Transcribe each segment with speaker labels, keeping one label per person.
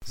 Speaker 1: This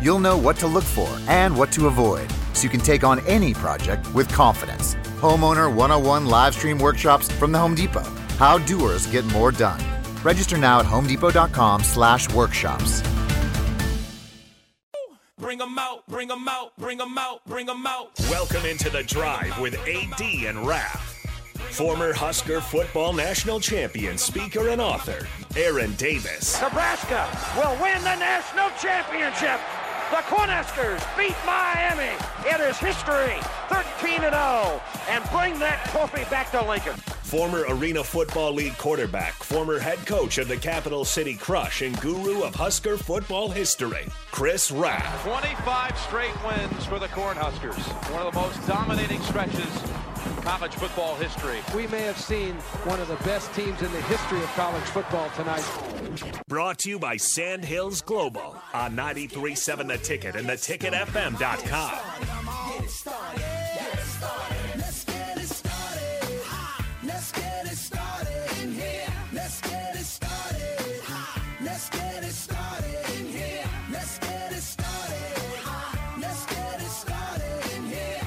Speaker 2: You'll know what to look for and what to avoid so you can take on any project with confidence. Homeowner 101 live stream workshops from the Home Depot. How doers get more done. Register now at homedepot.com/workshops.
Speaker 3: Bring 'em out, bring 'em out, bring 'em out, bring 'em out.
Speaker 4: Welcome into the drive with AD and Raf. Former Husker football national champion, speaker, and author, Aaron Davis.
Speaker 5: Nebraska will win the national championship. The Cornhuskers beat Miami. It is history, 13 and 0, and bring that trophy back to Lincoln.
Speaker 4: Former Arena Football League quarterback, former head coach of the Capital City Crush, and guru of Husker football history, Chris Raff.
Speaker 6: 25 straight wins for the Cornhuskers. One of the most dominating stretches in college football history.
Speaker 7: We may have seen one of the best teams in the history of college football tonight.
Speaker 4: Brought to you by Sand Hills Global on 937 The Ticket and theticketfm.com.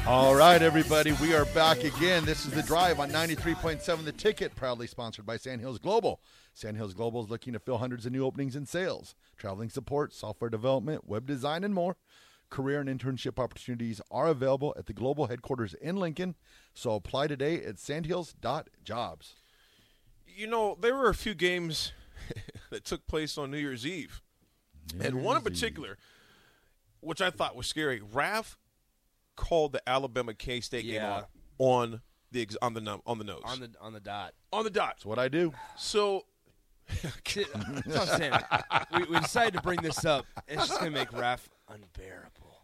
Speaker 8: All right, everybody, we are back again. This is the drive on 93.7 The Ticket, proudly sponsored by Sand Hills Global. Sand Hills Global is looking to fill hundreds of new openings in sales, traveling support, software development, web design, and more. Career and internship opportunities are available at the global headquarters in Lincoln, so apply today at sandhills.jobs.
Speaker 9: you know, there were a few games that took place on New Year's Eve. and one in particular, which I thought was scary. Raf called the Alabama K State game
Speaker 10: Yeah.
Speaker 9: on, on the ex- on the num- on the nose.
Speaker 10: on the on the dot.
Speaker 9: on the dot.
Speaker 8: That's what I do.
Speaker 9: So
Speaker 10: That's what I'm saying. we, we decided to bring this up. It's just gonna make Raf unbearable.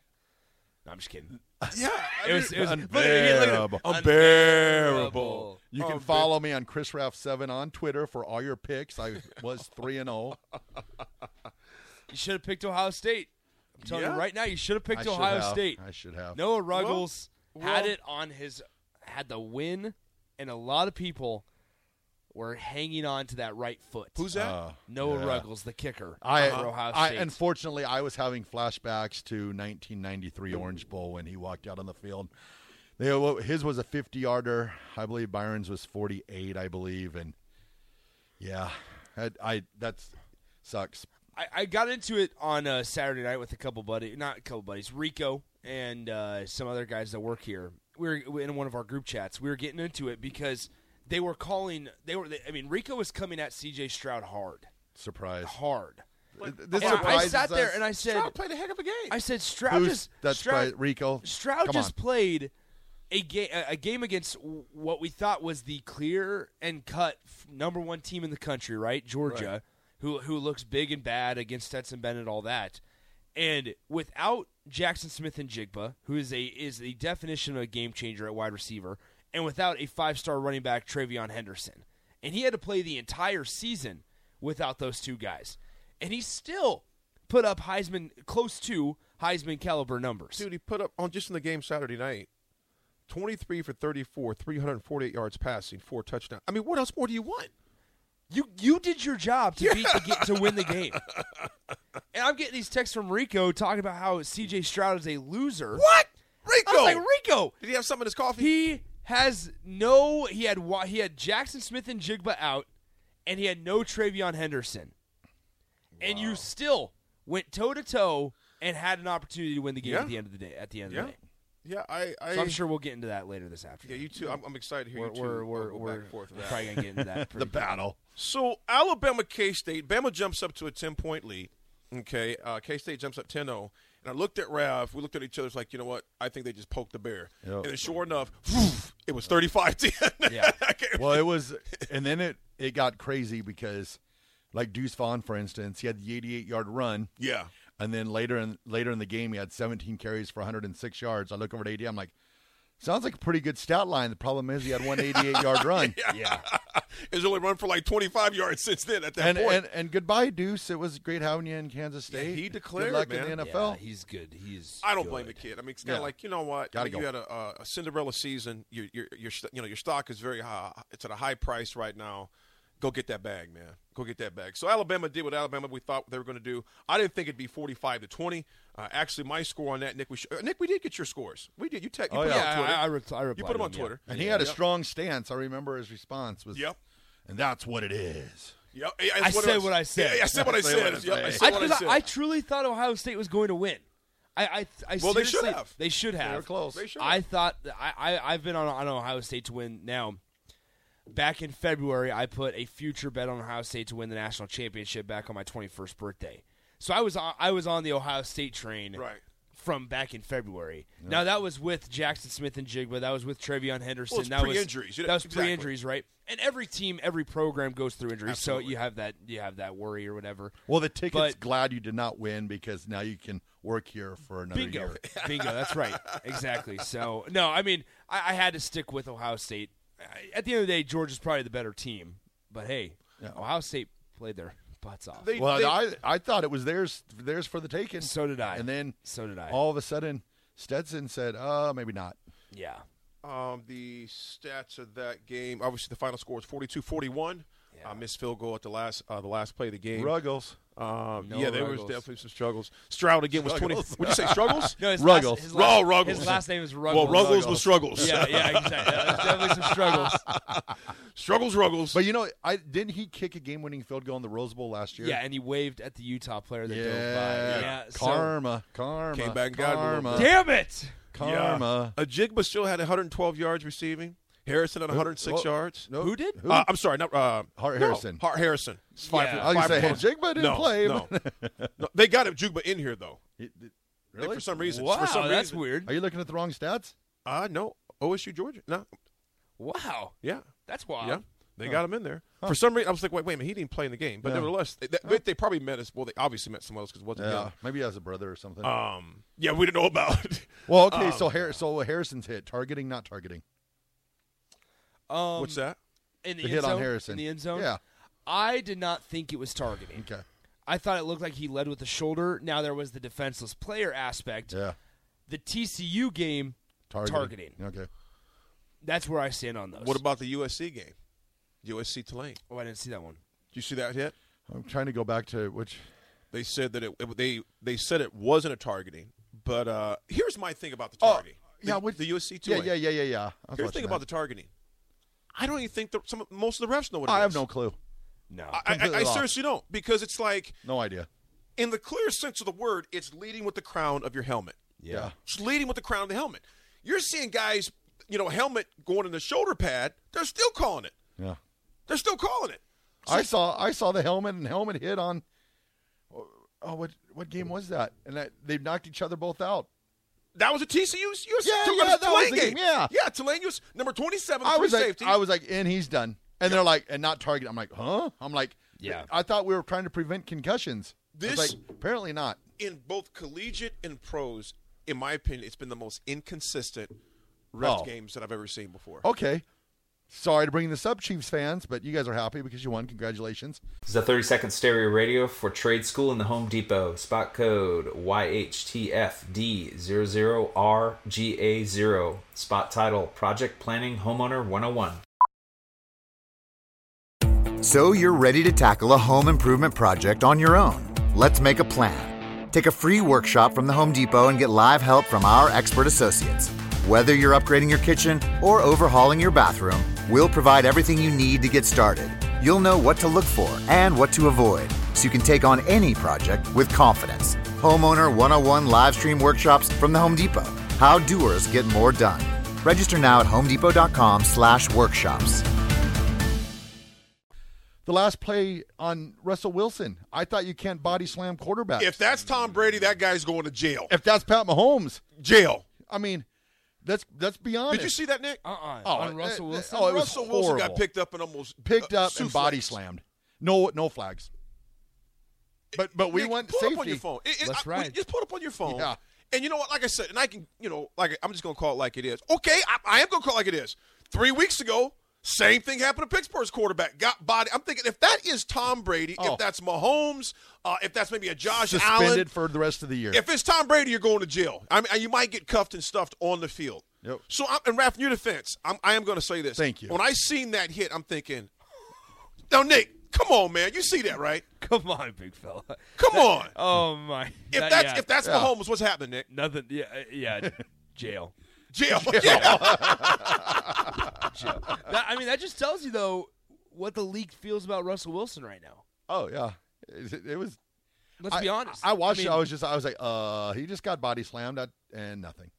Speaker 10: No, I'm just kidding.
Speaker 9: yeah, I
Speaker 10: It was,
Speaker 9: mean,
Speaker 10: it was
Speaker 8: Unbearable.
Speaker 10: unbearable.
Speaker 8: You can follow me on Chris Raff 7 on Twitter for all your picks. I was 3 and oh. 0.
Speaker 10: You should have picked Ohio State. I'm telling
Speaker 9: Yeah.
Speaker 10: you right now, you should have
Speaker 8: I
Speaker 10: picked
Speaker 8: should
Speaker 10: Ohio
Speaker 8: have.
Speaker 10: State.
Speaker 8: I should have.
Speaker 10: Noah Ruggles had
Speaker 9: well-
Speaker 10: it on his had the win, and a lot of people were hanging on to that right foot.
Speaker 9: who's that?
Speaker 10: Noah
Speaker 8: Oh, Yeah.
Speaker 10: Ruggles, the kicker Uh,
Speaker 8: I,
Speaker 10: for Ohio
Speaker 8: I
Speaker 10: State?
Speaker 8: unfortunately I was having flashbacks to 1993 Orange Bowl when he walked out on the field. They, uh, his was a 50 yarder, I believe. Byron's was 48, I believe, and yeah, I, I that's sucks.
Speaker 10: I, I got into it on uh, Saturday night with a couple buddies, not a couple buddies, Rico and uh, some other guys that work here. We were in one of our group chats. We were getting into it because they were calling. They were. I mean, Rico was coming at C.J. Stroud hard,
Speaker 8: Surprise.
Speaker 10: hard.
Speaker 8: This
Speaker 10: And Oh, I- I
Speaker 8: surprises
Speaker 10: sat there
Speaker 8: us.
Speaker 10: and I said,
Speaker 9: Stroud played a heck of a game.
Speaker 10: I said Stroud
Speaker 8: Who's-
Speaker 10: just
Speaker 8: that's
Speaker 10: Stroud,
Speaker 8: right, Rico.
Speaker 10: Stroud
Speaker 8: Come
Speaker 10: just
Speaker 8: on.
Speaker 10: played a game a game against what we thought was the clear and cut f- number one team in the country, right? Georgia, who who looks big and bad against Stetson Bennett, all that, and without Jackson Smith and Jigba, who is a is the definition of a game changer at wide receiver, and without a five star running back Travion Henderson, and he had to play the entire season without those two guys, and he still put up Heisman close to Heisman caliber numbers.
Speaker 9: Dude, he put up on just in the game Saturday night. 23 for 34, 348 yards passing, four touchdowns. I mean, what else more do you want?
Speaker 10: You you did your job to beat the, ga- to win the game. And I'm getting these texts from Rico talking about how C.J. Stroud is a loser.
Speaker 9: What?
Speaker 10: I
Speaker 9: Rico!
Speaker 10: was like Rico.
Speaker 9: Did he have something in his coffee?
Speaker 10: He has no. He had wa- he had Jackson Smith and Jigba out, and he had no Travion Henderson. And you still went toe to toe and had an opportunity to win the game
Speaker 9: Yeah.
Speaker 10: at the end of the day. At the end
Speaker 9: Yeah.
Speaker 10: of the day,
Speaker 9: yeah, I, I
Speaker 10: so I'm sure we'll get into that later this afternoon.
Speaker 9: Yeah, you too. I'm, I'm excited to hear
Speaker 10: we're
Speaker 9: you 2
Speaker 10: we're we're,
Speaker 9: go
Speaker 10: we're
Speaker 9: back and forth with that.
Speaker 10: probably gonna get into that.
Speaker 8: the
Speaker 10: pretty-
Speaker 8: battle.
Speaker 9: So Alabama, K State, Bama jumps up to a ten point lead. Okay, uh, K State jumps up 10-0. and I looked at Rav. We looked at each other. It's like, you know what? I think they just poked the bear.
Speaker 8: Yep.
Speaker 9: And then sure enough, whoosh, it was 35-10.
Speaker 10: Yeah.
Speaker 9: Okay.
Speaker 8: Well, it was, and then it it got crazy because, like Deuce Vaughn, for instance, he had the 88 yard run.
Speaker 9: yeah.
Speaker 8: And then later in later in the game, he had 17 carries for 106 yards. I look over at AD. I'm like, sounds like a pretty good stat line. The problem is he had one 88 yard run.
Speaker 10: yeah. It's only run for like 25 yards since then at that
Speaker 8: And,
Speaker 10: point.
Speaker 8: and and goodbye, Deuce. It was great having you in Kansas State.
Speaker 10: he declared,
Speaker 8: Good luck
Speaker 10: man.
Speaker 8: in the
Speaker 10: Yeah,
Speaker 8: NFL.
Speaker 3: he's good. He's.
Speaker 10: I don't blame the kid. I mean, it's kind of
Speaker 8: Yeah.
Speaker 10: like you know what?
Speaker 8: Gotta
Speaker 10: Like, you
Speaker 8: go.
Speaker 10: had a, a- a Cinderella season. Your your your st- you know your stock is very high. It's at a high price right now. Go get that bag, man. Go get that bag. So Alabama did what Alabama we thought they were going to do. I didn't think it'd be forty-five to twenty. Uh, actually, my score on that, Nick. We sh- uh, Nick, we did get your scores. We did. You, te- you
Speaker 8: Oh,
Speaker 10: put
Speaker 8: yeah.
Speaker 10: it on Twitter.
Speaker 3: I, I, re- I
Speaker 10: you
Speaker 3: replied
Speaker 10: put them
Speaker 3: to
Speaker 10: on
Speaker 3: yeah.
Speaker 10: Twitter.
Speaker 8: and he had a strong stance. I remember his response was,
Speaker 10: Yep.
Speaker 8: and that's what it is."
Speaker 10: Yep. Yeah,
Speaker 3: I
Speaker 10: that's it
Speaker 3: said
Speaker 10: was.
Speaker 3: what I said.
Speaker 10: Yeah, yeah, I said what I
Speaker 8: That's what
Speaker 10: said.
Speaker 8: I
Speaker 10: Yep, I
Speaker 8: said.
Speaker 10: said
Speaker 3: I,
Speaker 10: what I
Speaker 3: because I-
Speaker 10: said.
Speaker 3: I truly thought Ohio State was going to win. I, I, I
Speaker 10: Well, they should
Speaker 3: seriously-
Speaker 10: have.
Speaker 3: They should have.
Speaker 8: were close. They
Speaker 10: should
Speaker 3: I
Speaker 10: have.
Speaker 3: thought I, I, I've been on, on Ohio State to win now. Back in February, I put a future bet on Ohio State to win the national championship back on my 21st birthday. So I was on, I was on the Ohio State train
Speaker 10: Right.
Speaker 3: from back in February. Now that was with Jackson Smith and Jigba. That was with Trevion Henderson.
Speaker 10: Well, it's
Speaker 3: that was
Speaker 10: pre-injuries. You know,
Speaker 3: That was
Speaker 10: exactly.
Speaker 3: pre-injuries, right? And every team, every program goes through injuries, so
Speaker 10: Absolutely.
Speaker 3: you have that you have that worry or whatever.
Speaker 8: Well, the ticket's
Speaker 3: But-
Speaker 8: glad you did not win because now you can work here for another
Speaker 3: Bingo.
Speaker 8: year.
Speaker 3: Bingo. That's right. Exactly. So, no, I mean, I, I had to stick with Ohio State. I- At the end of the day, Georgia's probably the better team. But hey, Ohio State played their butts off.
Speaker 10: They-
Speaker 8: Well,
Speaker 10: they-
Speaker 8: I I thought it was theirs theirs for the taking.
Speaker 3: So did I.
Speaker 8: And then
Speaker 3: So did I.
Speaker 8: All of a sudden, Stetson said, "Uh, maybe not."
Speaker 3: yeah.
Speaker 10: Um, the stats of that game, obviously, the final score was 42-41. Uh, missed field goal at the last uh, the last play of the game.
Speaker 8: Ruggles.
Speaker 10: Um,
Speaker 3: No
Speaker 10: yeah, there
Speaker 3: Ruggles.
Speaker 10: was definitely some struggles. Stroud again was twenty.
Speaker 8: Struggles.
Speaker 10: Would you say struggles?
Speaker 3: No, his
Speaker 8: Ruggles.
Speaker 3: Last, his, last,
Speaker 10: Oh, Ruggles.
Speaker 3: his last name is Ruggles.
Speaker 10: well, Ruggles was struggles.
Speaker 3: Yeah, yeah, exactly. Yeah, there's definitely some struggles.
Speaker 10: struggles, ruggles.
Speaker 8: But you know, I didn't he kick a game-winning field goal in the Rose Bowl last year?
Speaker 3: Yeah, and he waved at the Utah player that
Speaker 8: Yeah.
Speaker 3: dove by. Yeah. so-
Speaker 8: karma, karma.
Speaker 10: Came back and got him a little
Speaker 8: karma,
Speaker 10: bit.
Speaker 3: Damn it!
Speaker 8: karma.
Speaker 10: Yeah. Ajigba still had 112 yards receiving. Harrison had 106
Speaker 8: Whoa.
Speaker 10: yards.
Speaker 8: No,
Speaker 3: Who did?
Speaker 10: Uh, I'm sorry, not uh,
Speaker 8: Hart
Speaker 10: no,
Speaker 8: Harrison.
Speaker 10: Hart Harrison. It's Five,
Speaker 3: Yeah.
Speaker 8: I was gonna
Speaker 10: five
Speaker 8: say,
Speaker 10: for
Speaker 8: Jigba
Speaker 10: one.
Speaker 8: didn't
Speaker 10: no,
Speaker 8: play,
Speaker 10: No. No, they got Ajigba in here though.
Speaker 8: It- it-
Speaker 10: They-
Speaker 8: really?
Speaker 10: For some reason.
Speaker 3: Wow,
Speaker 10: for some
Speaker 3: that's
Speaker 10: reason.
Speaker 3: weird.
Speaker 8: Are you looking at the wrong stats?
Speaker 10: Uh, no. OSU Georgia. No.
Speaker 3: Wow,
Speaker 10: Yeah.
Speaker 3: that's wild.
Speaker 10: Yeah, they got him in there for some reason. I was like, wait, wait a minute, he didn't play in the game. But nevertheless, they, that, but they probably met us. Well, they obviously met someone else because it wasn't
Speaker 8: Yeah,
Speaker 10: him.
Speaker 8: maybe as a brother or something.
Speaker 3: Uh,
Speaker 10: Um, yeah, we didn't know about.
Speaker 8: well, okay, so Har- so Harrison's hit targeting, not targeting.
Speaker 3: Um,
Speaker 10: What's that?
Speaker 3: in the,
Speaker 8: The
Speaker 3: end
Speaker 8: hit on
Speaker 3: zone,
Speaker 8: Harrison.
Speaker 3: in the end zone.
Speaker 8: Yeah.
Speaker 3: I did not think it was targeting.
Speaker 8: Okay.
Speaker 3: I thought it looked like he led with the shoulder. Now there was the defenseless player aspect.
Speaker 8: Yeah.
Speaker 3: The TCU game targeting.
Speaker 8: Okay.
Speaker 3: That's where I stand on those.
Speaker 10: What about the USC game? USC Tulane. Did
Speaker 3: Oh, I didn't see that one.
Speaker 10: you see that hit?
Speaker 8: I'm trying to go back to which.
Speaker 10: They said that it, it- they they said it wasn't a targeting. But uh, here's my thing about the targeting. The-
Speaker 8: Oh, yeah, which-
Speaker 10: the USC
Speaker 8: Yeah,
Speaker 10: Tulane.
Speaker 8: yeah, yeah, yeah, yeah. I was
Speaker 10: Here's the
Speaker 8: watching
Speaker 10: thing
Speaker 8: that.
Speaker 10: about the targeting. I don't even think the, some most of the refs know what it
Speaker 8: I have
Speaker 10: is.
Speaker 8: no clue.
Speaker 3: No.
Speaker 10: I, I, I
Speaker 8: completely lost.
Speaker 10: seriously don't because it's like
Speaker 8: No idea.
Speaker 10: in the clear sense of the word, it's leading with the crown of your helmet.
Speaker 8: Yeah.
Speaker 10: It's leading with the crown of the helmet. You're seeing guys, you know, helmet going in the shoulder pad. They're still calling it.
Speaker 8: Yeah.
Speaker 10: They're still calling it.
Speaker 8: I saw I saw the helmet and helmet hit on. Oh, what what game was that? And that, they knocked each other both out.
Speaker 10: That was a TCU's US
Speaker 8: Yeah,
Speaker 10: Tulane
Speaker 8: yeah, that was
Speaker 10: Tulane
Speaker 8: the game, yeah.
Speaker 10: yeah, Tulane US number twenty-seven.
Speaker 8: I
Speaker 10: free
Speaker 8: was like,
Speaker 10: safety.
Speaker 8: I was like, and he's done. And they're like, and not target. I'm like, huh? I'm like,
Speaker 3: Yeah.
Speaker 8: I thought we were trying to prevent concussions. I was
Speaker 10: This-
Speaker 8: like, apparently not.
Speaker 10: in both collegiate and pros. In my opinion, it's been the most inconsistent ref
Speaker 8: Oh.
Speaker 10: games that I've ever seen before.
Speaker 8: Okay. Sorry to bring this up, Chiefs fans, but you guys are happy because you won. Congratulations.
Speaker 1: This is a 30 second stereo radio for Trade School in the Home Depot. Spot code YHTFD00RGA0. Spot title Project Planning Homeowner 101.
Speaker 2: So you're ready to tackle a home improvement project on your own. Let's make a plan. Take a free workshop from the Home Depot and get live help from our expert associates. Whether you're upgrading your kitchen or overhauling your bathroom, we'll provide everything you need to get started. You'll know what to look for and what to avoid so you can take on any project with confidence. Homeowner 101 live stream workshops from the Home Depot. How doers get more done. Register now at homedepot.com slash workshops.
Speaker 8: The last play on Russell Wilson. I thought you can't body slam quarterback.
Speaker 10: If that's Tom Brady, that guy's going to jail.
Speaker 8: if that's Pat Mahomes,
Speaker 10: Jail.
Speaker 8: I mean, that's that's beyond.
Speaker 10: Did you see that, Nick?
Speaker 3: Uh uh
Speaker 8: Oh,
Speaker 3: on
Speaker 10: eh,
Speaker 8: uh,
Speaker 3: Russell
Speaker 8: uh,
Speaker 3: Wilson.
Speaker 8: oh, it was
Speaker 10: Russell Wilson got
Speaker 8: horrible.
Speaker 10: Uh, picked up and almost
Speaker 8: picked
Speaker 10: uh,
Speaker 8: up and
Speaker 10: souffled.
Speaker 8: body slammed? No, no flags. But but we
Speaker 10: Nick,
Speaker 8: want
Speaker 10: pull it
Speaker 8: safety.
Speaker 10: up on your phone. It- it- I- we- Just pull it up on your phone.
Speaker 8: Yeah.
Speaker 10: And you know what? Like I said, and I can, you know, like I'm just gonna call it like it is. Okay, I, I am gonna call it like it is. Three weeks ago, same thing happened to Pittsburgh's quarterback. Got body. I'm thinking if that is Tom Brady,
Speaker 8: Oh.
Speaker 10: if that's Mahomes, uh, if that's maybe a Josh
Speaker 8: Suspended
Speaker 10: Allen,
Speaker 8: for the rest of the year.
Speaker 10: if it's Tom Brady, you're going to jail. I mean, you might get cuffed and stuffed on the field.
Speaker 8: Yep.
Speaker 10: So, I'm, and Raph, in your defense, I'm, I am going to say this.
Speaker 8: Thank you.
Speaker 10: When I seen that hit, I'm thinking, now Nick, come on, man, you see that, right?
Speaker 3: Come on, big fella.
Speaker 10: Come on.
Speaker 3: Oh my.
Speaker 10: If
Speaker 3: That-
Speaker 10: that's
Speaker 3: yeah.
Speaker 10: if that's
Speaker 8: Yeah.
Speaker 10: Mahomes, what's happening, Nick?
Speaker 3: nothing, yeah, uh, yeah, jail.
Speaker 10: Jail. Yeah.
Speaker 3: Jail. That- I mean, that just tells you though what the league feels about Russell Wilson right now.
Speaker 8: oh yeah, it, it was.
Speaker 3: Let's
Speaker 8: I,
Speaker 3: be honest.
Speaker 8: I watched. I,
Speaker 3: mean,
Speaker 8: it, I was just. I was like, uh, he just got body slammed at, and nothing.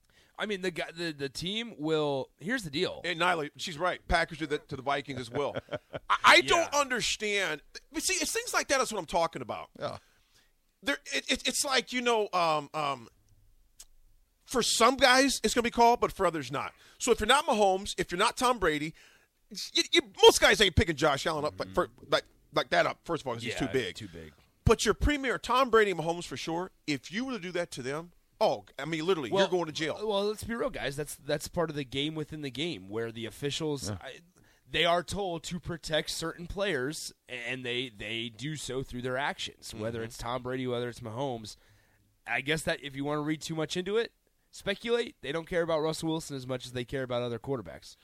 Speaker 3: I mean, the guy, the, the team will. Here's the deal.
Speaker 10: And Nyla, she's right. Packers to the, to the Vikings as well. I, I don't
Speaker 3: Yeah.
Speaker 10: understand. But see, it's things like that is what I'm talking about.
Speaker 8: Yeah.
Speaker 10: There, it, it, it's like you know, um, um, for some guys it's going to be called, but for others not. So if you're not Mahomes, if you're not Tom Brady, you, you, most guys ain't picking Josh Allen up like, for, like like that up. First of all, 'cause he's too big.
Speaker 3: Mm-hmm. Too big.
Speaker 10: But your premier, Tom Brady, and Mahomes for sure. If you were to do that to them, oh, I mean, literally, you're going to jail.
Speaker 3: Well, let's be real, guys. That's that's part of the game within the game, where the officials I, they are told to protect certain players, and they they do so through their actions.
Speaker 10: Mm-hmm.
Speaker 3: Whether it's Tom Brady, whether it's Mahomes, I guess that if you want to read too much into it, speculate. They don't care about Russell Wilson as much as they care about other quarterbacks.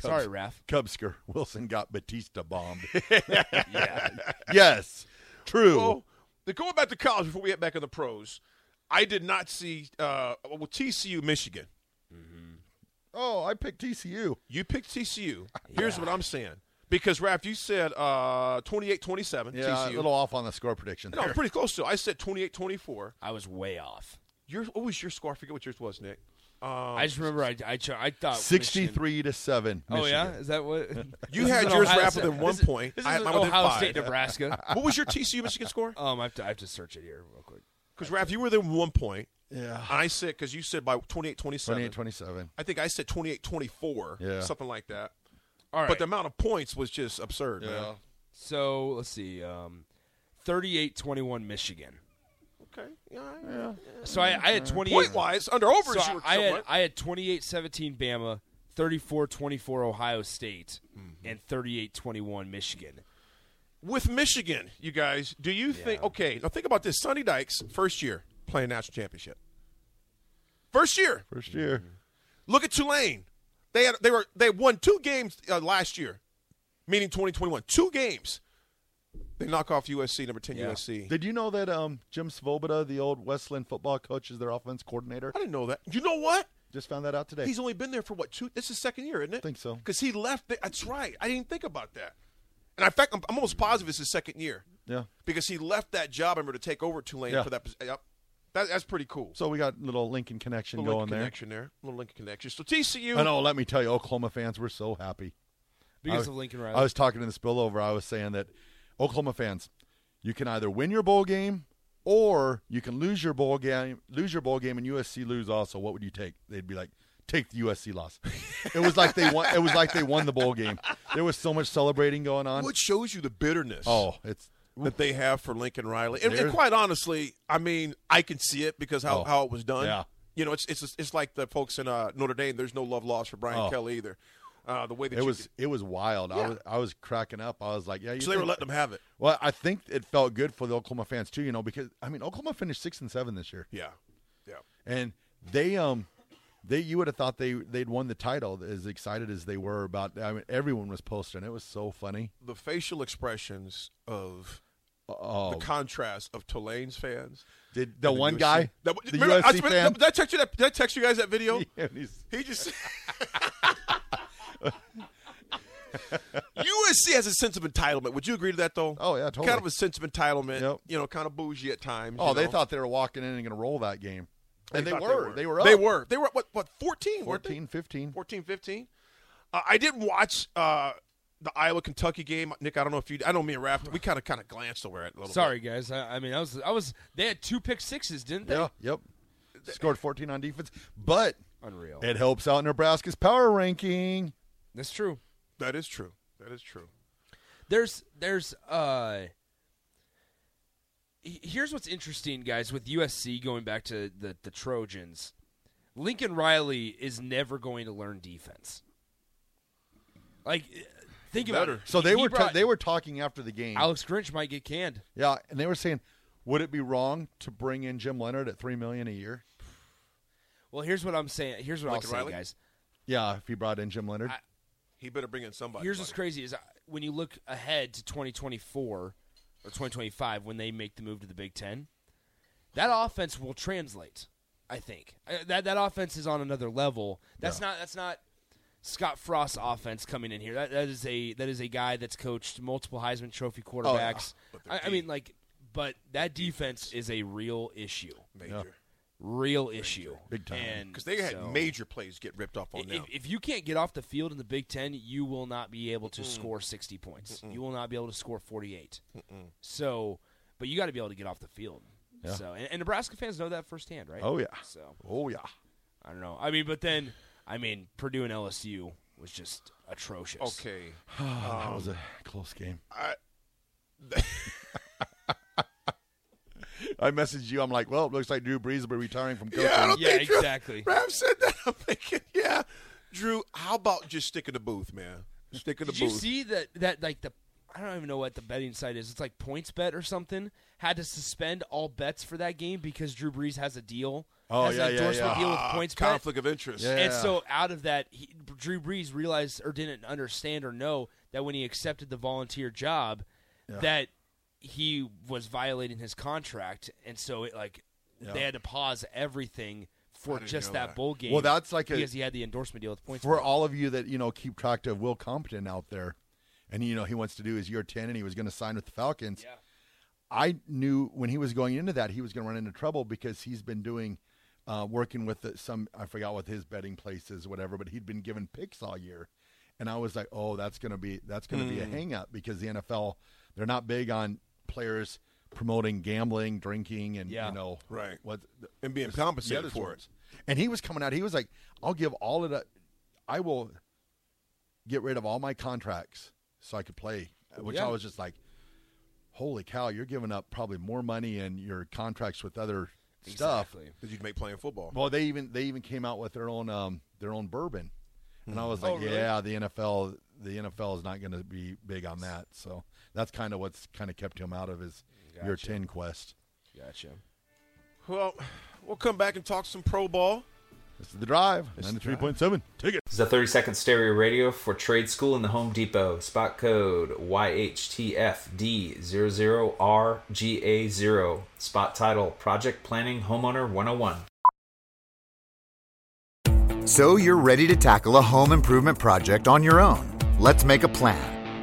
Speaker 3: Sorry, Raph.
Speaker 8: Cubsker Wilson got Batista bombed. Yes. True.
Speaker 10: Well, then going back to college before we get back on the pros, I did not see uh, well TCU Michigan.
Speaker 8: oh, I picked TCU.
Speaker 10: You picked TCU. Here's what I'm saying because Raph, you said uh, 28-27
Speaker 8: Yeah,
Speaker 10: TCU.
Speaker 8: a little off on the score prediction.
Speaker 10: no,
Speaker 8: there.
Speaker 10: pretty close to. it. I said 28-24.
Speaker 3: I was way off.
Speaker 10: Your what was your score? I forget what yours was, Nick. Um,
Speaker 3: I just remember I I, cho- I thought Michigan-
Speaker 8: Sixty-three to seven.
Speaker 3: Oh
Speaker 8: Michigan.
Speaker 3: yeah, is that what
Speaker 10: You
Speaker 3: This
Speaker 10: had
Speaker 3: is an
Speaker 10: yours
Speaker 3: Ohio
Speaker 10: wrapped
Speaker 3: State-
Speaker 10: within one
Speaker 3: this is-
Speaker 10: point.
Speaker 3: This
Speaker 10: I
Speaker 3: is
Speaker 10: had
Speaker 3: an
Speaker 10: mine within
Speaker 3: Ohio
Speaker 10: five.
Speaker 3: State, Nebraska.
Speaker 10: what was your TCU Michigan score?
Speaker 3: um, I have to I have to search it here real quick.
Speaker 10: Because Raph, you were there one point.
Speaker 8: Yeah.
Speaker 10: I said because you said by 28-27.
Speaker 8: 28-27.
Speaker 10: I think I said 28-24,
Speaker 8: Yeah.
Speaker 10: something like that.
Speaker 3: All right.
Speaker 10: But the amount of points was just absurd, man.
Speaker 8: Yeah.
Speaker 3: So let's see, um, 38-21 Michigan.
Speaker 10: Okay. Yeah.
Speaker 3: So I, I had twenty eight.
Speaker 10: Point wise, under overs,
Speaker 3: So
Speaker 10: you were
Speaker 3: I, I had
Speaker 10: somewhat-
Speaker 3: I had 28-17 Bama, 34-24 Ohio State,
Speaker 10: Mm-hmm.
Speaker 3: and 38-21 Michigan.
Speaker 10: with Michigan. You guys, do you think? Okay, now think about this. Sonny Dykes, first year playing national championship. First year.
Speaker 8: First year.
Speaker 10: Look at Tulane. They had they were they won two games uh, last year, meaning 2021. Two games. They knock off USC, number 10 USC.
Speaker 8: Did you know that um, Jim Svoboda, the old Westland football coach, is their offense coordinator?
Speaker 10: I didn't know that. You know what?
Speaker 8: Just found that out today.
Speaker 10: He's only been there for what two? This is second year, isn't it?
Speaker 8: Think so.
Speaker 10: Because he left. The, that's right. I didn't think about that. And in fact, I'm, I'm almost positive it's his second year.
Speaker 8: Yeah.
Speaker 10: Because he left that job, I remember, to take over Tulane
Speaker 8: Yeah.
Speaker 10: for that. pos- Yep. That, that's pretty cool.
Speaker 8: so we got little Lincoln connection going
Speaker 10: little Lincoln connection there. Little Lincoln connection. So TCU.
Speaker 8: there. And oh, let me tell you, Oklahoma fans were so happy.
Speaker 3: Because
Speaker 8: I-
Speaker 3: of Lincoln
Speaker 8: I
Speaker 3: Riley.
Speaker 8: was talking in the spillover. I was saying that Oklahoma fans, you can either win your bowl game or you can lose your bowl game, lose your bowl game, and USC lose also. What would you take? They'd be like, take the USC loss. it was like they won. It was like they won the bowl game. There was so much celebrating going on.
Speaker 10: What shows you the bitterness
Speaker 8: Oh, it's
Speaker 10: that they have for Lincoln Riley? And, and
Speaker 8: There-
Speaker 10: quite honestly, I mean, I can see it because how,
Speaker 8: Oh.
Speaker 10: how it was done.
Speaker 8: Yeah.
Speaker 10: You know, it's it's it's like the folks in uh, Notre Dame. There's no love lost for Brian
Speaker 8: Oh.
Speaker 10: Kelly either. Uh, the way that
Speaker 8: it
Speaker 10: you
Speaker 8: was
Speaker 10: could-
Speaker 8: it was wild. I
Speaker 10: Yeah.
Speaker 8: was I was cracking up. I was like, yeah. You
Speaker 10: so they were
Speaker 8: think-
Speaker 10: letting them have it.
Speaker 8: Well, I think it felt good for the Oklahoma fans too. You know, because I mean, Oklahoma finished six and seven this year.
Speaker 10: Yeah. Yeah.
Speaker 8: and they um they you would have thought they they'd won the title as excited as they were about I mean everyone was posting it was so funny
Speaker 10: The facial expressions of
Speaker 8: oh
Speaker 10: the contrast of Tulane's fans.
Speaker 8: did the
Speaker 10: and
Speaker 8: one
Speaker 10: USC
Speaker 8: guy
Speaker 10: That,
Speaker 8: the
Speaker 10: remember, I,
Speaker 8: USC
Speaker 10: remember-
Speaker 8: fan
Speaker 10: Did I text you that? Did I text you guys that video?
Speaker 8: Yeah, and he's-
Speaker 10: He just. USC has a sense of entitlement. Would you agree to that, though?
Speaker 8: Oh, yeah, totally.
Speaker 10: Kind of a sense of entitlement.
Speaker 8: Yep.
Speaker 10: You know, kind of bougie at times.
Speaker 8: oh
Speaker 10: you
Speaker 8: they
Speaker 10: know?
Speaker 8: thought they were walking in and going to roll that game and they,
Speaker 10: thought
Speaker 8: were. they were up
Speaker 10: They were. They were what? What? 14, weren't they?
Speaker 8: 14 15
Speaker 10: 14, 15. Uh, I didn't watch uh, the Iowa Kentucky game, Nick. I don't know if you. I know me and Raph. We kind of kind of glanced over it a little.
Speaker 3: Sorry, guys. I, I mean, I was I was they had two pick sixes, didn't they?
Speaker 8: yeah yep scored 14 on defense but
Speaker 3: Unreal.
Speaker 8: it helps out Nebraska's power ranking
Speaker 3: That's true.
Speaker 10: Bit. That is true. That is true.
Speaker 3: there's there's uh he- here's what's interesting, guys, with USC going back to the, the Trojans. Lincoln Riley is never going to learn defense. Like, uh, think about it.
Speaker 8: So
Speaker 3: He
Speaker 8: they were ta-
Speaker 3: brought-
Speaker 8: they were talking after the game.
Speaker 3: Alex Grinch might get canned.
Speaker 8: Yeah, and they were saying, would it be wrong to bring in Jim Leonard at three million a year?
Speaker 3: Well, here's what I'm saying. Here's what
Speaker 10: Lincoln
Speaker 3: I'll say,
Speaker 10: Riley?
Speaker 3: guys.
Speaker 8: Yeah, if he brought in Jim Leonard,
Speaker 10: He better bring in somebody.
Speaker 3: Here's
Speaker 10: buddy.
Speaker 3: what's crazy is uh, when you look ahead to 2024 or 2025 when they make the move to the Big Ten, that offense will translate. I think Uh, that that offense is on another level. That's not that's not Scott Frost's offense coming in here. That that is a that is a guy that's coached multiple Heisman Trophy quarterbacks.
Speaker 10: Oh, But they're
Speaker 3: I, I mean, like, but that defense is a real issue,
Speaker 10: major
Speaker 3: real issue, big time.
Speaker 10: because they had major plays get ripped off on
Speaker 3: If,
Speaker 10: them.
Speaker 3: if you can't get off the field in the Big Ten, you will not be able to score 60 points. You will not be able to score 48. So, but you got to be able to get off the field. So, and, and Nebraska fans know that firsthand, right?
Speaker 8: Oh, yeah.
Speaker 3: So,
Speaker 8: oh yeah,
Speaker 3: I don't know. I mean, but then, I mean, Purdue and LSU was just atrocious.
Speaker 10: Okay,
Speaker 8: that was a close game. I, messaged you. I'm like, well, it looks like Drew Brees will be retiring from coaching.
Speaker 10: Yeah, I don't
Speaker 3: Yeah,
Speaker 10: think Drew-
Speaker 3: exactly.
Speaker 10: Rav said that. I'm thinking, yeah, Drew, how about just stick in the booth, man? Stick in the
Speaker 3: Did you
Speaker 10: booth.
Speaker 3: see that? That like the I don't even know what the betting site is. It's like points bet or something. Had to suspend all bets for that game because Drew Brees has a deal.
Speaker 8: Oh,
Speaker 3: has
Speaker 8: yeah,
Speaker 3: an
Speaker 8: yeah,
Speaker 3: endorsement
Speaker 8: yeah.
Speaker 3: deal with
Speaker 10: Ah,
Speaker 3: points bet.
Speaker 10: conflict of interest.
Speaker 8: Yeah.
Speaker 3: And so out of that, he, Drew Brees realized or didn't understand or know that when he accepted the volunteer job, that he was violating his contract, and so it like they had to pause everything for just that, bowl game.
Speaker 8: Well, that's like a-
Speaker 3: because he had the endorsement deal with points.
Speaker 8: for
Speaker 3: Bet.
Speaker 8: all of you that you know keep track of Will Compton out there, and you know he wants to do his year ten, and he was going to sign with the Falcons. I knew when he was going into that he was going to run into trouble because he's been doing, uh, working with the, some I forgot what his betting place is, whatever, but he'd been given picks all year, and I was like, oh, that's going to be that's going to be a
Speaker 3: Hmm.
Speaker 8: hang up because the NFL they're not big on players promoting gambling, drinking, and
Speaker 3: Yeah.
Speaker 8: you know
Speaker 10: Right.
Speaker 8: what
Speaker 10: And being
Speaker 8: the
Speaker 10: compensated
Speaker 8: other
Speaker 10: for
Speaker 8: sports. And he was coming out. He was like, "I'll give all of the, I will get rid of all my contracts so I could play." Which
Speaker 3: Yeah.
Speaker 8: I was just like, "Holy cow! You're giving up probably more money in your contracts with other stuff."
Speaker 3: Exactly.
Speaker 10: Because you'd make playing football.
Speaker 8: Well, they even they even came out with their own um, their own bourbon, and I was like, "Yeah, the NFL the NFL is not going to be big on that." So that's kind of what's kind of kept him out of his year ten quest.
Speaker 3: Gotcha.
Speaker 10: Well, we'll come back and talk some pro ball.
Speaker 8: This is the drive ninety three point seven. Ticket.
Speaker 1: This is a 30 second stereo radio for Trade School in the Home Depot. Spot code YHTFD00RGA0. Spot title Project Planning Homeowner 101.
Speaker 2: So you're ready to tackle a home improvement project on your own. Let's make a plan.